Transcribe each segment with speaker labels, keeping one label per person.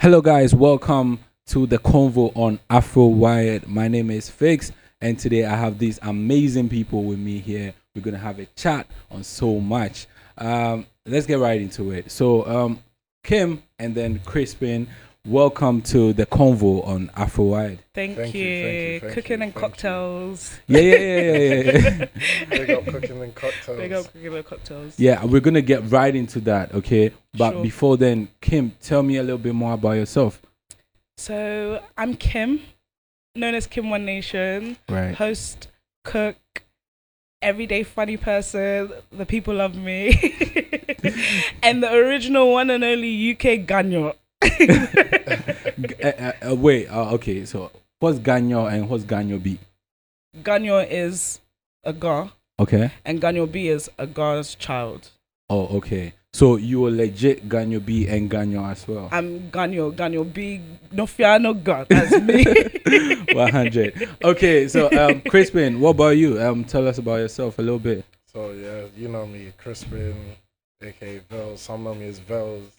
Speaker 1: Hello, guys. Welcome to the convo on Afro Wired. My name is Fix, and today I have these amazing people with me here. We're gonna have a chat on so much. Um, let's get right into it. So, um, Kim and then Crispin, welcome to the convo on Afro Wired.
Speaker 2: Thank,
Speaker 3: Thank
Speaker 2: you.
Speaker 3: you, thank you, thank
Speaker 2: cooking
Speaker 3: you,
Speaker 2: and
Speaker 3: thank you.
Speaker 2: cocktails.
Speaker 1: Yeah, yeah, yeah, yeah, yeah. yeah.
Speaker 3: Big up cooking and cocktails.
Speaker 2: Big up cooking and cocktails.
Speaker 1: yeah, we're gonna get right into that. Okay, but
Speaker 2: Sure.
Speaker 1: before then, Kim, tell me a little bit more about yourself.
Speaker 2: So I'm Kim, known as Kim One Nation,
Speaker 1: Right.
Speaker 2: host, cook, everyday funny person. The people love me, and the original one and only UK Ganyo.
Speaker 1: G- uh, uh, uh, wait. Uh, okay. So, what's Ganyo and what's Ganyo be?
Speaker 2: Ganyo is a girl,
Speaker 1: Okay.
Speaker 2: and Ganyo B is a girl's child.
Speaker 1: Oh, okay. So you were legit Ganyo B and Ganyo as well.
Speaker 2: I'm Ganyo. Ganyo B. No fear, no God. That's me.
Speaker 1: 100. Okay, so um, Crispin, what about you? Um, tell us about yourself a little bit.
Speaker 3: So yeah, you know me, Crispin, aka Vels. Some know me as Vels.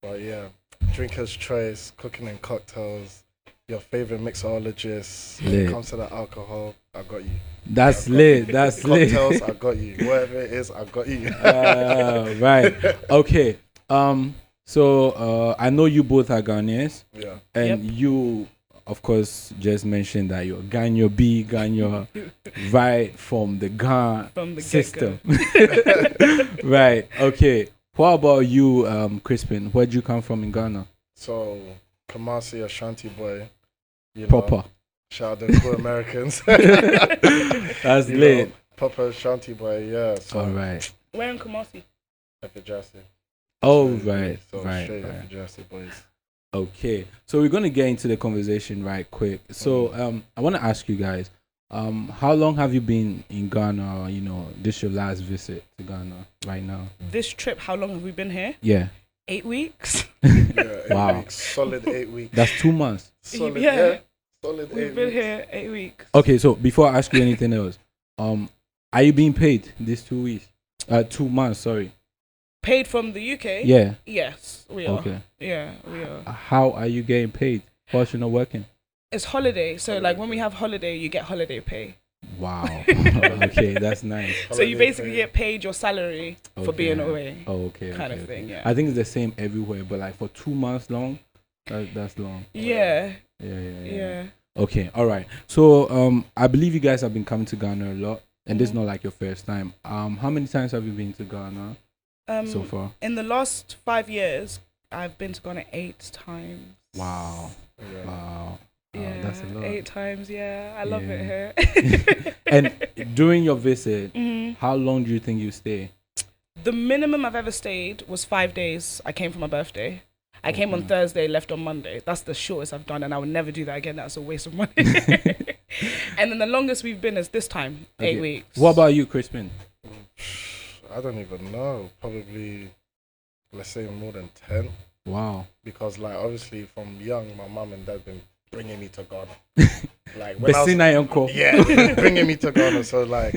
Speaker 3: But yeah, drinker's choice, cooking and cocktails. Your favorite mixologist. When
Speaker 1: Lit.
Speaker 3: it comes to the alcohol, I got you.
Speaker 1: That's
Speaker 3: Yeah,
Speaker 1: lit. That's lit.
Speaker 3: Cocktails, I got you. Whatever it is, I got you.
Speaker 1: Uh, right. Okay. Um. So uh, I know you both are Ghanaians,
Speaker 3: yeah.
Speaker 1: and you, of course, just mentioned that you're Ganyo B, Ganyo, right from the Ghana
Speaker 2: From the get-go.
Speaker 1: system. right. Okay. What about you, um, Crispin? Where'd you come from in Ghana?
Speaker 3: So Kamasi Ashanti boy. You know,
Speaker 1: Proper.
Speaker 3: Shout out to cool Americans.
Speaker 1: That's
Speaker 3: You
Speaker 1: lit.
Speaker 3: know, uh, Proper Ashanti boy, yeah. So
Speaker 1: All right.
Speaker 2: Where in Kumasi?
Speaker 3: Epidrassi.
Speaker 1: Oh,
Speaker 3: Straight-
Speaker 1: right.
Speaker 3: So
Speaker 1: right.
Speaker 3: straight
Speaker 1: right.
Speaker 3: Epidrassi boys.
Speaker 1: Okay. So we're going to get into the conversation right quick. So
Speaker 3: Mm-hmm.
Speaker 1: um, I want to ask you guys, um, how long have you been in Ghana? You know, this your last visit to Ghana right now?
Speaker 2: This trip, how long have we been here?
Speaker 1: Yeah.
Speaker 2: Eight weeks.
Speaker 3: Yeah, eight
Speaker 1: Wow.
Speaker 3: weeks. Solid eight weeks.
Speaker 1: That's two months.
Speaker 3: Solid,
Speaker 2: Yeah.
Speaker 3: yeah. Solid
Speaker 2: We've
Speaker 3: eight
Speaker 2: been
Speaker 3: weeks.
Speaker 2: here eight weeks.
Speaker 1: Okay. So before I ask you anything else, um, are you being paid these two weeks? Uh, two months. Sorry.
Speaker 2: Paid from the UK?
Speaker 1: Yeah.
Speaker 2: Yes, we are.
Speaker 1: Okay.
Speaker 2: Yeah, we are.
Speaker 1: How are you getting paid? Whilst you're not working.
Speaker 2: It's holiday, so like when we have holiday, you get holiday pay.
Speaker 1: Wow. okay, that's nice.
Speaker 2: so you
Speaker 3: Holiday
Speaker 2: basically
Speaker 3: pay.
Speaker 2: get paid your salary for
Speaker 1: Okay.
Speaker 2: being away,
Speaker 1: Oh, okay.
Speaker 2: kind
Speaker 1: okay,
Speaker 2: of thing.
Speaker 1: okay.
Speaker 2: Yeah.
Speaker 1: I think it's the same everywhere, but like for two months long, that, that's long.
Speaker 2: yeah,
Speaker 1: Yeah, yeah,
Speaker 2: yeah,
Speaker 1: yeah, Okay, all right. So, um, I believe you guys have been coming to Ghana a lot, and this is
Speaker 2: Mhm.
Speaker 1: not like your first time. Um, how many times have you been to Ghana
Speaker 2: Um,
Speaker 1: so far?
Speaker 2: in the last five years, I've been to Ghana eight times.
Speaker 1: Wow,
Speaker 3: Yeah.
Speaker 1: wow,
Speaker 2: yeah,
Speaker 1: wow Oh, that's a lot.
Speaker 2: Eight times. Yeah, I love it here.
Speaker 1: and during your visit,
Speaker 2: Mhm.
Speaker 1: how long do you think you stay?
Speaker 2: The minimum I've ever stayed was five days. I came for my birthday. I came on
Speaker 1: Okay.
Speaker 2: Thursday, left on Monday. That's the shortest I've done, and I would never do that again. That's a waste of money. and then the longest we've been is this time,
Speaker 1: Okay.
Speaker 2: eight weeks.
Speaker 1: What about you, Crispin?
Speaker 3: I don't even know. Probably, let's say more than ten,
Speaker 1: Wow,
Speaker 3: because like obviously from young, my mum and dad been bringing me to Ghana. Like when I was,
Speaker 1: Besina Uncle.
Speaker 3: yeah, bringing me to Ghana. So like,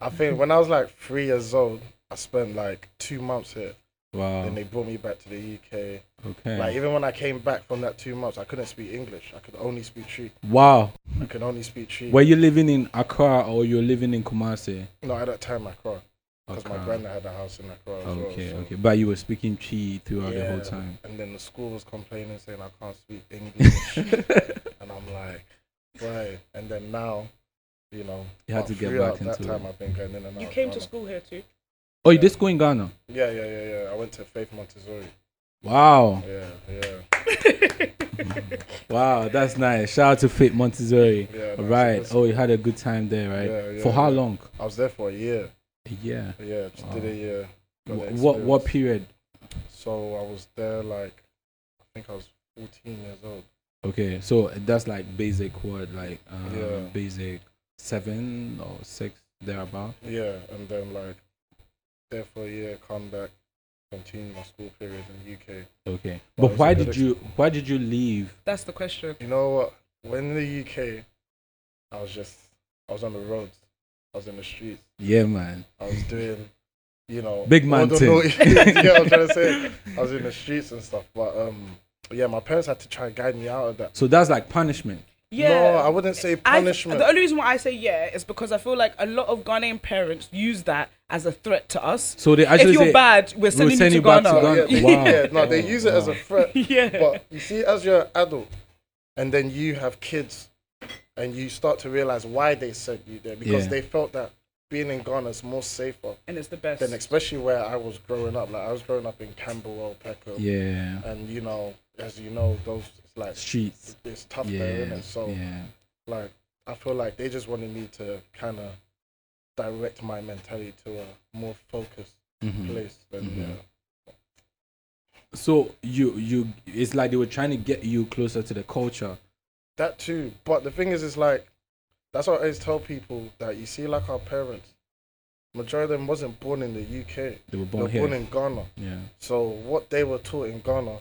Speaker 3: I think when I was like three years old, I spent like two months here.
Speaker 1: Wow.
Speaker 3: Then they brought me back to the UK.
Speaker 1: Okay.
Speaker 3: Like even when I came back from that two months, I couldn't speak English. I could only speak Tree.
Speaker 1: wow.
Speaker 3: I could only speak Tree.
Speaker 1: Were you living in Accra or you're living in Kumasi?
Speaker 3: No, at that time, Accra, because my
Speaker 1: Accra.
Speaker 3: granddad had a house in Accra. As
Speaker 1: Okay,
Speaker 3: well, so-
Speaker 1: okay. But you were speaking Chi throughout the whole
Speaker 3: Yeah.
Speaker 1: time.
Speaker 3: And then the school was complaining, saying I can't speak English, and I'm like, why? And then now, you know,
Speaker 1: You had
Speaker 3: but
Speaker 1: to get
Speaker 3: throughout
Speaker 1: back into
Speaker 3: that time.
Speaker 1: it.
Speaker 3: I've been going in and out.
Speaker 2: You
Speaker 3: of
Speaker 2: came to
Speaker 3: Ghana.
Speaker 2: school here too.
Speaker 1: Oh, you did school in Ghana?
Speaker 3: Yeah, yeah, yeah, yeah. I went to Faith Montessori.
Speaker 1: Wow.
Speaker 3: Yeah, yeah,
Speaker 1: Wow, that's nice. Shout out to Fit Montessori.
Speaker 3: yeah.
Speaker 1: All
Speaker 3: no,
Speaker 1: right.
Speaker 3: so
Speaker 1: Oh, you had a good time there, right?
Speaker 3: Yeah, yeah,
Speaker 1: for how
Speaker 3: yeah.
Speaker 1: long?
Speaker 3: I was there for a year.
Speaker 1: Yeah.
Speaker 3: Yeah, just did
Speaker 1: Wow.
Speaker 3: a year. got the
Speaker 1: Wh- What what
Speaker 3: experience.
Speaker 1: period?
Speaker 3: So I was there like, I think I was 14 years old.
Speaker 1: Okay, so that's like basic what like um,
Speaker 3: Yeah.
Speaker 1: basic seven or six thereabout.
Speaker 3: Yeah, and then like there for a year, come back, continue my school period in the UK.
Speaker 1: Okay,
Speaker 3: Wow,
Speaker 1: but
Speaker 3: it's a
Speaker 1: why
Speaker 3: good
Speaker 1: did you why did you leave?
Speaker 2: That's the question.
Speaker 3: You know what? When in the UK, I was just, I was on the roads, I was in the streets,
Speaker 1: Yeah, man.
Speaker 3: I was doing, you know,
Speaker 1: Big
Speaker 3: all
Speaker 1: man
Speaker 3: the
Speaker 1: thing.
Speaker 3: noise- yeah, I was trying to say, I was in the streets and stuff. But um, But yeah, my parents had to try and guide me out of that.
Speaker 1: So that's like punishment.
Speaker 2: Yeah.
Speaker 3: No, I wouldn't say
Speaker 2: I-
Speaker 3: punishment.
Speaker 2: the only reason why I say yeah is because I feel like a lot of Ghanaian parents use that as a threat to us.
Speaker 1: So they actually
Speaker 2: if you're
Speaker 1: say,
Speaker 2: bad, we're sending
Speaker 1: send
Speaker 2: you
Speaker 1: you
Speaker 2: to
Speaker 1: back to
Speaker 2: Ghana.
Speaker 1: Ghana.
Speaker 3: yeah,
Speaker 1: Wow.
Speaker 3: yeah, no, they
Speaker 1: Oh,
Speaker 3: use it as a
Speaker 1: wow.
Speaker 3: threat.
Speaker 2: yeah.
Speaker 3: But you see, as you're an adult, and then you have kids, and you start to realize why they sent you there because
Speaker 1: Yeah.
Speaker 3: they felt that being in Ghana is more safer
Speaker 2: and it's the best.
Speaker 3: than, especially where I was growing up. Like I was growing up in Camberwell, Peckham,
Speaker 1: Yeah.
Speaker 3: and you know, as you know, those it's like
Speaker 1: Streets.
Speaker 3: it's tough
Speaker 1: Yeah.
Speaker 3: there, isn't it? So
Speaker 1: yeah.
Speaker 3: like, I feel like they just wanted me to kind of direct my mentality to a more focused
Speaker 1: Mhm.
Speaker 3: place than uh,
Speaker 1: Mhm.
Speaker 3: yeah.
Speaker 1: So you you it's like they were trying to get you closer to the culture.
Speaker 3: That too. But the thing is, it's like that's what I always tell people that you see, like our parents, majority of them wasn't born in the UK.
Speaker 1: They were
Speaker 3: They were
Speaker 1: born
Speaker 3: born
Speaker 1: here.
Speaker 3: in Ghana.
Speaker 1: Yeah.
Speaker 3: So what they were taught in Ghana,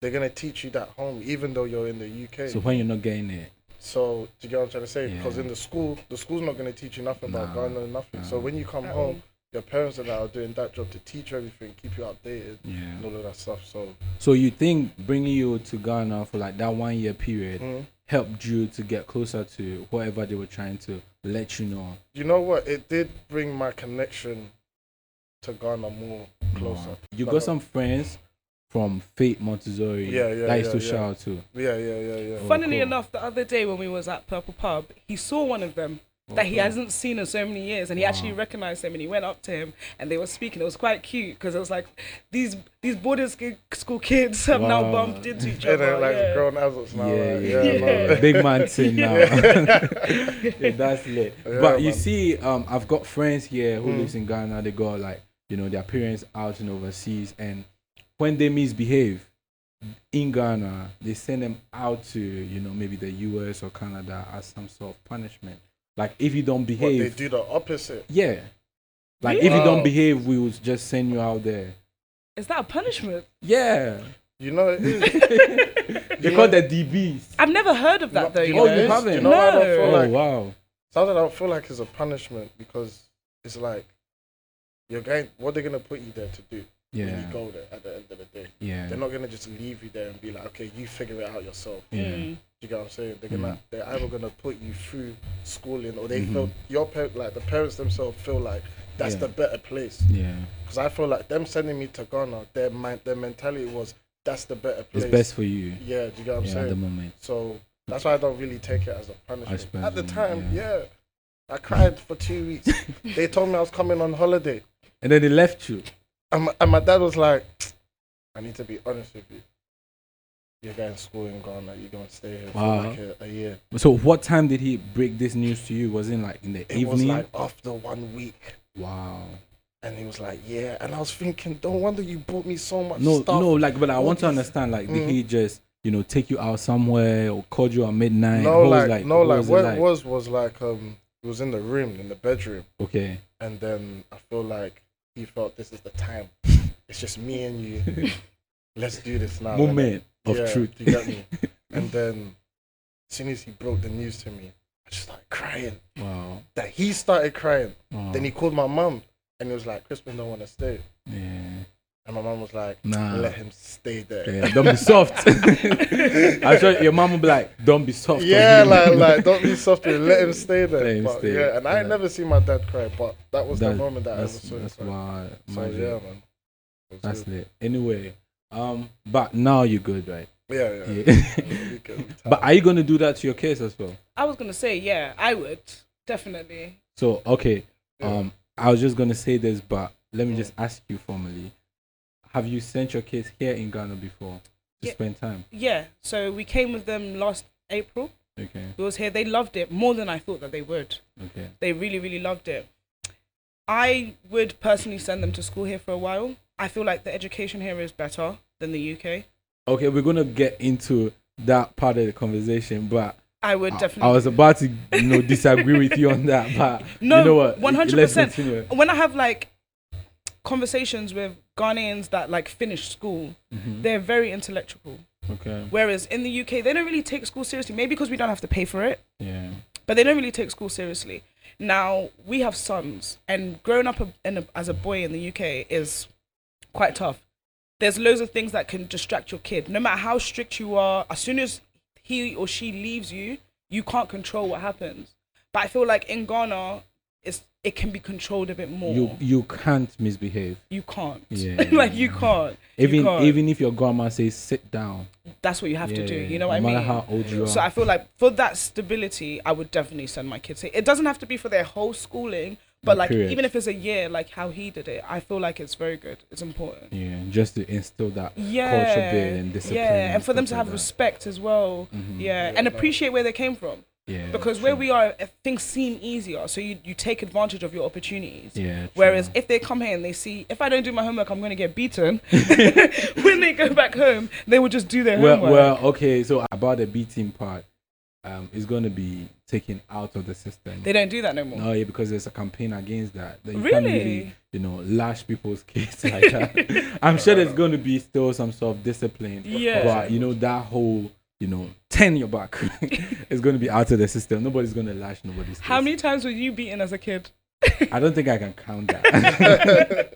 Speaker 3: they're gonna teach you that home, even though you're in the UK.
Speaker 1: So
Speaker 3: So,
Speaker 1: when you're not getting it,
Speaker 3: do you get what I'm trying to say? Because
Speaker 1: Yeah.
Speaker 3: in the school, the school's not gonna teach you nothing about
Speaker 1: Nah,
Speaker 3: Ghana, nothing. So
Speaker 1: nah.
Speaker 3: when you come
Speaker 2: At all.
Speaker 3: home, your parents are that are doing that job to teach you everything, keep you updated,
Speaker 1: yeah.
Speaker 3: and all of that stuff. So
Speaker 1: So you think bringing you to Ghana for like that one year period
Speaker 3: mm.
Speaker 1: helped you to get closer to whatever they were trying to let you know?
Speaker 3: you know what? It did bring my connection to Ghana more closer.
Speaker 1: Wow. You
Speaker 3: Like,
Speaker 1: got some friends from Fate Montessori
Speaker 3: Yeah, yeah,
Speaker 1: that I used
Speaker 3: yeah,
Speaker 1: to
Speaker 3: yeah.
Speaker 1: shout out to.
Speaker 3: Yeah, yeah, yeah, yeah.
Speaker 1: Oh,
Speaker 2: Funnily
Speaker 1: cool.
Speaker 2: enough, the other day when we was at Purple Pub, he saw one of them that he hasn't seen in so many years, and he actually
Speaker 1: Oh, Wow.
Speaker 2: recognized him, and he went up to him, and they were speaking. It was quite cute because it was like these these boarding sk- school kids have
Speaker 1: Wow.
Speaker 2: now bumped into each
Speaker 3: And
Speaker 2: other.
Speaker 3: they're like
Speaker 2: Oh, yeah.
Speaker 3: grown adults now.
Speaker 1: yeah,
Speaker 3: like,
Speaker 1: yeah,
Speaker 2: yeah,
Speaker 1: man.
Speaker 3: like-
Speaker 1: big man thing now. Yeah, that's lit. but you
Speaker 3: man. Hmm.
Speaker 1: see, um, I've got friends here who lives in Ghana. They got like you know their parents out and overseas, and when they misbehave in Ghana, they send them out to you know maybe the U.S. or Canada as some sort of punishment. Like if you don't
Speaker 3: What, they
Speaker 1: behave,
Speaker 3: do the opposite.
Speaker 1: yeah. Like if you
Speaker 3: Wow.
Speaker 1: don't behave, we will just send you out there.
Speaker 2: Is that a punishment?
Speaker 1: Yeah,
Speaker 3: You know it is.
Speaker 1: they call the DBs.
Speaker 2: I've never heard of that though.
Speaker 3: you
Speaker 2: You
Speaker 1: know,
Speaker 2: know?
Speaker 1: you
Speaker 3: it is.
Speaker 1: haven't?
Speaker 3: You know why I don't feel
Speaker 2: No.
Speaker 1: Oh
Speaker 3: like
Speaker 1: wow.
Speaker 3: sometimes I don't feel like it's a punishment because it's like you're going what they're gonna put you there to do when you
Speaker 1: Yeah,
Speaker 3: go there at the end of the day.
Speaker 1: yeah,
Speaker 3: They're not gonna just leave you there and be like, Okay, you figure it out yourself.
Speaker 1: yeah.
Speaker 2: Mm.
Speaker 3: You get what I'm saying? They're
Speaker 1: Mm.
Speaker 3: gonna they're either gonna put you through schooling or they feel your parent like the parents themselves feel like that's
Speaker 1: Mm-hmm. Yeah.
Speaker 3: the better place.
Speaker 1: Yeah,
Speaker 3: Because I feel like them sending me to Ghana, their mind, their mentality was that's the better place.
Speaker 1: it's best for you
Speaker 3: Yeah, do you get what I'm
Speaker 1: yeah, at the
Speaker 3: saying?
Speaker 1: moment.
Speaker 3: So that's why I don't really take it as a punishment.
Speaker 1: suppose,
Speaker 3: At the
Speaker 1: mm,
Speaker 3: time,
Speaker 1: yeah.
Speaker 3: yeah. I cried for two weeks. they told me I was coming on holiday.
Speaker 1: And then they left you.
Speaker 3: And my, and my dad was like, I need to be honest with you. You're going to school in Ghana. You're going to stay here for
Speaker 1: Wow.
Speaker 3: like a, a year.
Speaker 1: So what time did he break this news to you? Was it like in the
Speaker 3: It
Speaker 1: evening?
Speaker 3: was like after one week.
Speaker 1: wow.
Speaker 3: And he was like, yeah. And I was thinking, don't wonder you bought me so much
Speaker 1: No,
Speaker 3: stuff.
Speaker 1: no, like but I want to
Speaker 3: What is-
Speaker 1: understand, like did
Speaker 3: Mm.
Speaker 1: he just, you know, take you out somewhere or call you at midnight?
Speaker 3: no,
Speaker 1: What was,
Speaker 3: like, no,
Speaker 1: what
Speaker 3: like
Speaker 1: was it
Speaker 3: what it was was like um, it was in the room, in the bedroom,
Speaker 1: Okay.
Speaker 3: and then I feel like he felt this is the time. It's just me and you. Let's do this now. innit?
Speaker 1: Moment of
Speaker 3: Yeah,
Speaker 1: truth.
Speaker 3: do you get me? and then, as soon as he broke the news to me, I just started crying.
Speaker 1: wow.
Speaker 3: That he started crying.
Speaker 1: wow.
Speaker 3: Then he called my mum, and he was like, "Crispin don't want to stay,"
Speaker 1: yeah.
Speaker 3: and my mum was like,
Speaker 1: Nah.
Speaker 3: "Let him stay there."
Speaker 1: Yeah, don't be soft. I'm sure your mom will be like, don't be soft. on
Speaker 3: Yeah,
Speaker 1: him."
Speaker 3: like like don't be soft with it, Let him stay there.
Speaker 1: Let him
Speaker 3: but,
Speaker 1: stay,
Speaker 3: Yeah, and I ain't
Speaker 1: yeah.
Speaker 3: never seen my dad cry, but that was the
Speaker 1: That-
Speaker 3: moment that I ever
Speaker 1: that's,
Speaker 3: saw him
Speaker 1: that's
Speaker 3: cry.
Speaker 1: why.
Speaker 3: So
Speaker 1: my
Speaker 3: yeah, man. It was
Speaker 1: That's
Speaker 3: good.
Speaker 1: lit. Anyway, um, but now you're good, right?
Speaker 3: yeah, yeah.
Speaker 1: Yeah.
Speaker 3: We can tap.
Speaker 1: But are you gonna do that to your kids as well?
Speaker 2: I was gonna say yeah, I would definitely.
Speaker 1: So okay,
Speaker 3: Yeah. Mm.
Speaker 1: um, I was just gonna say this, but let me just ask you formally: Have you sent your kids here in Ghana before to
Speaker 2: Yeah.
Speaker 1: spend time?
Speaker 2: Yeah. So we came with them last April.
Speaker 1: Okay,
Speaker 2: We was here. They loved it more than I thought that they would.
Speaker 1: okay,
Speaker 2: They really, really loved it. I would personally send them to school here for a while. I feel like the education here is better than the UK.
Speaker 1: okay. We're gonna get into that part of the conversation, but
Speaker 2: I would
Speaker 1: I,
Speaker 2: definitely.
Speaker 1: I was about to, you know, disagree with you on that. But
Speaker 2: No,
Speaker 1: you know what?
Speaker 2: 100%.
Speaker 1: Let's continue.
Speaker 2: when I have like conversations with Ghanaians that like finish school,
Speaker 1: Mhm.
Speaker 2: they're very intellectual.
Speaker 1: Okay,
Speaker 2: Whereas in the UK, they don't really take school seriously. Maybe because we don't have to pay for it,
Speaker 1: yeah,
Speaker 2: but they don't really take school seriously. Now we have sons, and growing up a, in a, as a boy in the UK is quite tough. there's loads of things that can distract your kid. No matter how strict you are, as soon as he or she leaves you, you can't control what happens. But I feel like in Ghana, it's it can be controlled a bit more.
Speaker 1: You
Speaker 2: You,
Speaker 1: you can't misbehave.
Speaker 2: can't.
Speaker 1: Yeah.
Speaker 2: like you can't. You
Speaker 1: Even
Speaker 2: can't.
Speaker 1: even if your grandma says sit down.
Speaker 2: that's what you have to do.
Speaker 1: Yeah.
Speaker 2: You know what
Speaker 1: no
Speaker 2: I mean?
Speaker 1: matter how old you are.
Speaker 2: So I feel like for that stability, I would definitely send my kids. here. It doesn't have to be for their whole schooling, but
Speaker 1: No,
Speaker 2: like
Speaker 1: period.
Speaker 2: even if it's a year, like how he did it, I feel like it's very good. It's important.
Speaker 1: yeah, just to instill that
Speaker 2: Yeah.
Speaker 1: culture bit and discipline.
Speaker 2: Yeah, and for them to
Speaker 1: stuff
Speaker 2: have
Speaker 1: like that. Mm-hmm.
Speaker 2: respect as well. Yeah,
Speaker 3: Yeah,
Speaker 2: and
Speaker 3: like-
Speaker 2: appreciate where they came from
Speaker 1: Yeah,
Speaker 2: because where
Speaker 1: true.
Speaker 2: we are, uh, things seem easier. So you you take advantage of your opportunities.
Speaker 1: Yeah.
Speaker 2: Whereas
Speaker 1: true.
Speaker 2: if they come here and they see if I don't do my homework, I'm going to get beaten. when they go back home, they will just do their
Speaker 1: well,
Speaker 2: homework.
Speaker 1: well, okay. So about the beating part, um, is going to be taken out of the system.
Speaker 2: they don't do that no more.
Speaker 1: No, Oh, yeah, because there's a campaign against that. that you can't
Speaker 2: Really?
Speaker 1: really, you know, lash people's kids like that. I'm sure there's going to be still some sort of discipline.
Speaker 2: Yeah.
Speaker 1: But, you know, that whole, you know, turn your back is going to be out of the system. Nobody's going to lash nobody's
Speaker 2: How
Speaker 1: kids.
Speaker 2: many times were you beaten as a kid?
Speaker 1: I don't think I can count that.